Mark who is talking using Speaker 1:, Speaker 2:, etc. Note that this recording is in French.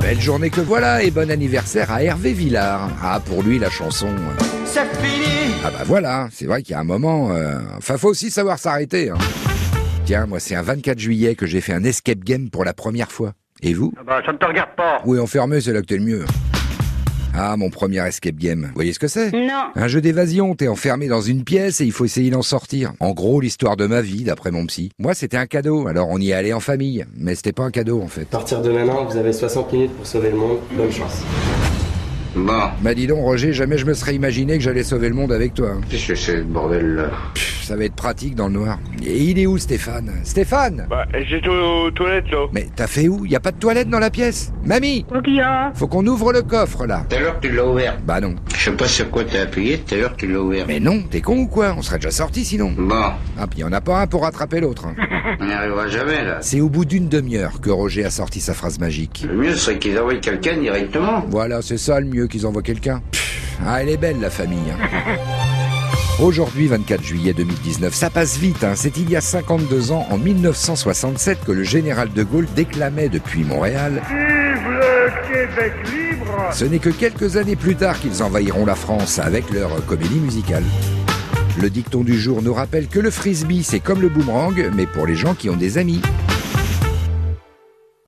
Speaker 1: Belle journée que voilà et bon anniversaire à Hervé Villard. Ah, pour lui, la chanson. euh.
Speaker 2: C'est fini
Speaker 1: Ah bah voilà, c'est vrai qu'il y a un moment... euh, Enfin, faut aussi savoir s'arrêter. hein. Tiens, moi, c'est un 24 juillet que j'ai fait un escape game pour la première fois. Et vous
Speaker 2: Ah bah, ça ne te regarde pas.
Speaker 1: Oui, enfermé, c'est là que t'es le mieux. Ah, mon premier escape game. Vous voyez ce que c'est
Speaker 3: Non.
Speaker 1: Un jeu d'évasion, t'es enfermé dans une pièce et il faut essayer d'en sortir. En gros, l'histoire de ma vie, d'après mon psy. Moi, c'était un cadeau, alors on y est allé en famille. Mais c'était pas un cadeau, en fait.
Speaker 4: À partir de maintenant, vous avez 60 minutes pour sauver le monde. Bonne chance.
Speaker 5: Bon,
Speaker 1: Bah dis donc, Roger, jamais je me serais imaginé que j'allais sauver le monde avec toi. hein.
Speaker 5: qu'est-ce que c'est ce bordel là
Speaker 1: Pff, ça va être pratique dans le noir. Et il est où, Stéphane Stéphane
Speaker 6: Bah, j'étais aux toilettes, là.
Speaker 1: Mais t'as fait où Y a pas de toilette dans la pièce Mamie
Speaker 3: Ok, hein.
Speaker 1: Faut qu'on ouvre le coffre, là.
Speaker 5: Tout à l'heure tu l'as ouvert.
Speaker 1: Bah non.
Speaker 5: Je sais pas sur quoi t'as appuyé, tout à l'heure tu l'as ouvert.
Speaker 1: Mais non, t'es con ou quoi On serait déjà sorti sinon.
Speaker 5: Bon,
Speaker 1: Ah, puis y en a pas un pour rattraper l'autre. hein.
Speaker 5: on n'y arrivera jamais là.
Speaker 1: C'est au bout d'une demi-heure que Roger a sorti sa phrase magique.
Speaker 5: Le mieux serait qu'ils envoient quelqu'un directement.
Speaker 1: Voilà, c'est ça le mieux qu'ils envoient quelqu'un. Pff, Ah, elle est belle la famille. hein. Aujourd'hui, 24 juillet 2019, ça passe vite. hein. C'est il y a 52 ans, en 1967, que le général de Gaulle déclamait depuis Montréal. Ce n'est que quelques années plus tard qu'ils envahiront la France avec leur euh, comédie musicale. Le dicton du jour nous rappelle que le frisbee, c'est comme le boomerang, mais pour les gens qui ont des amis.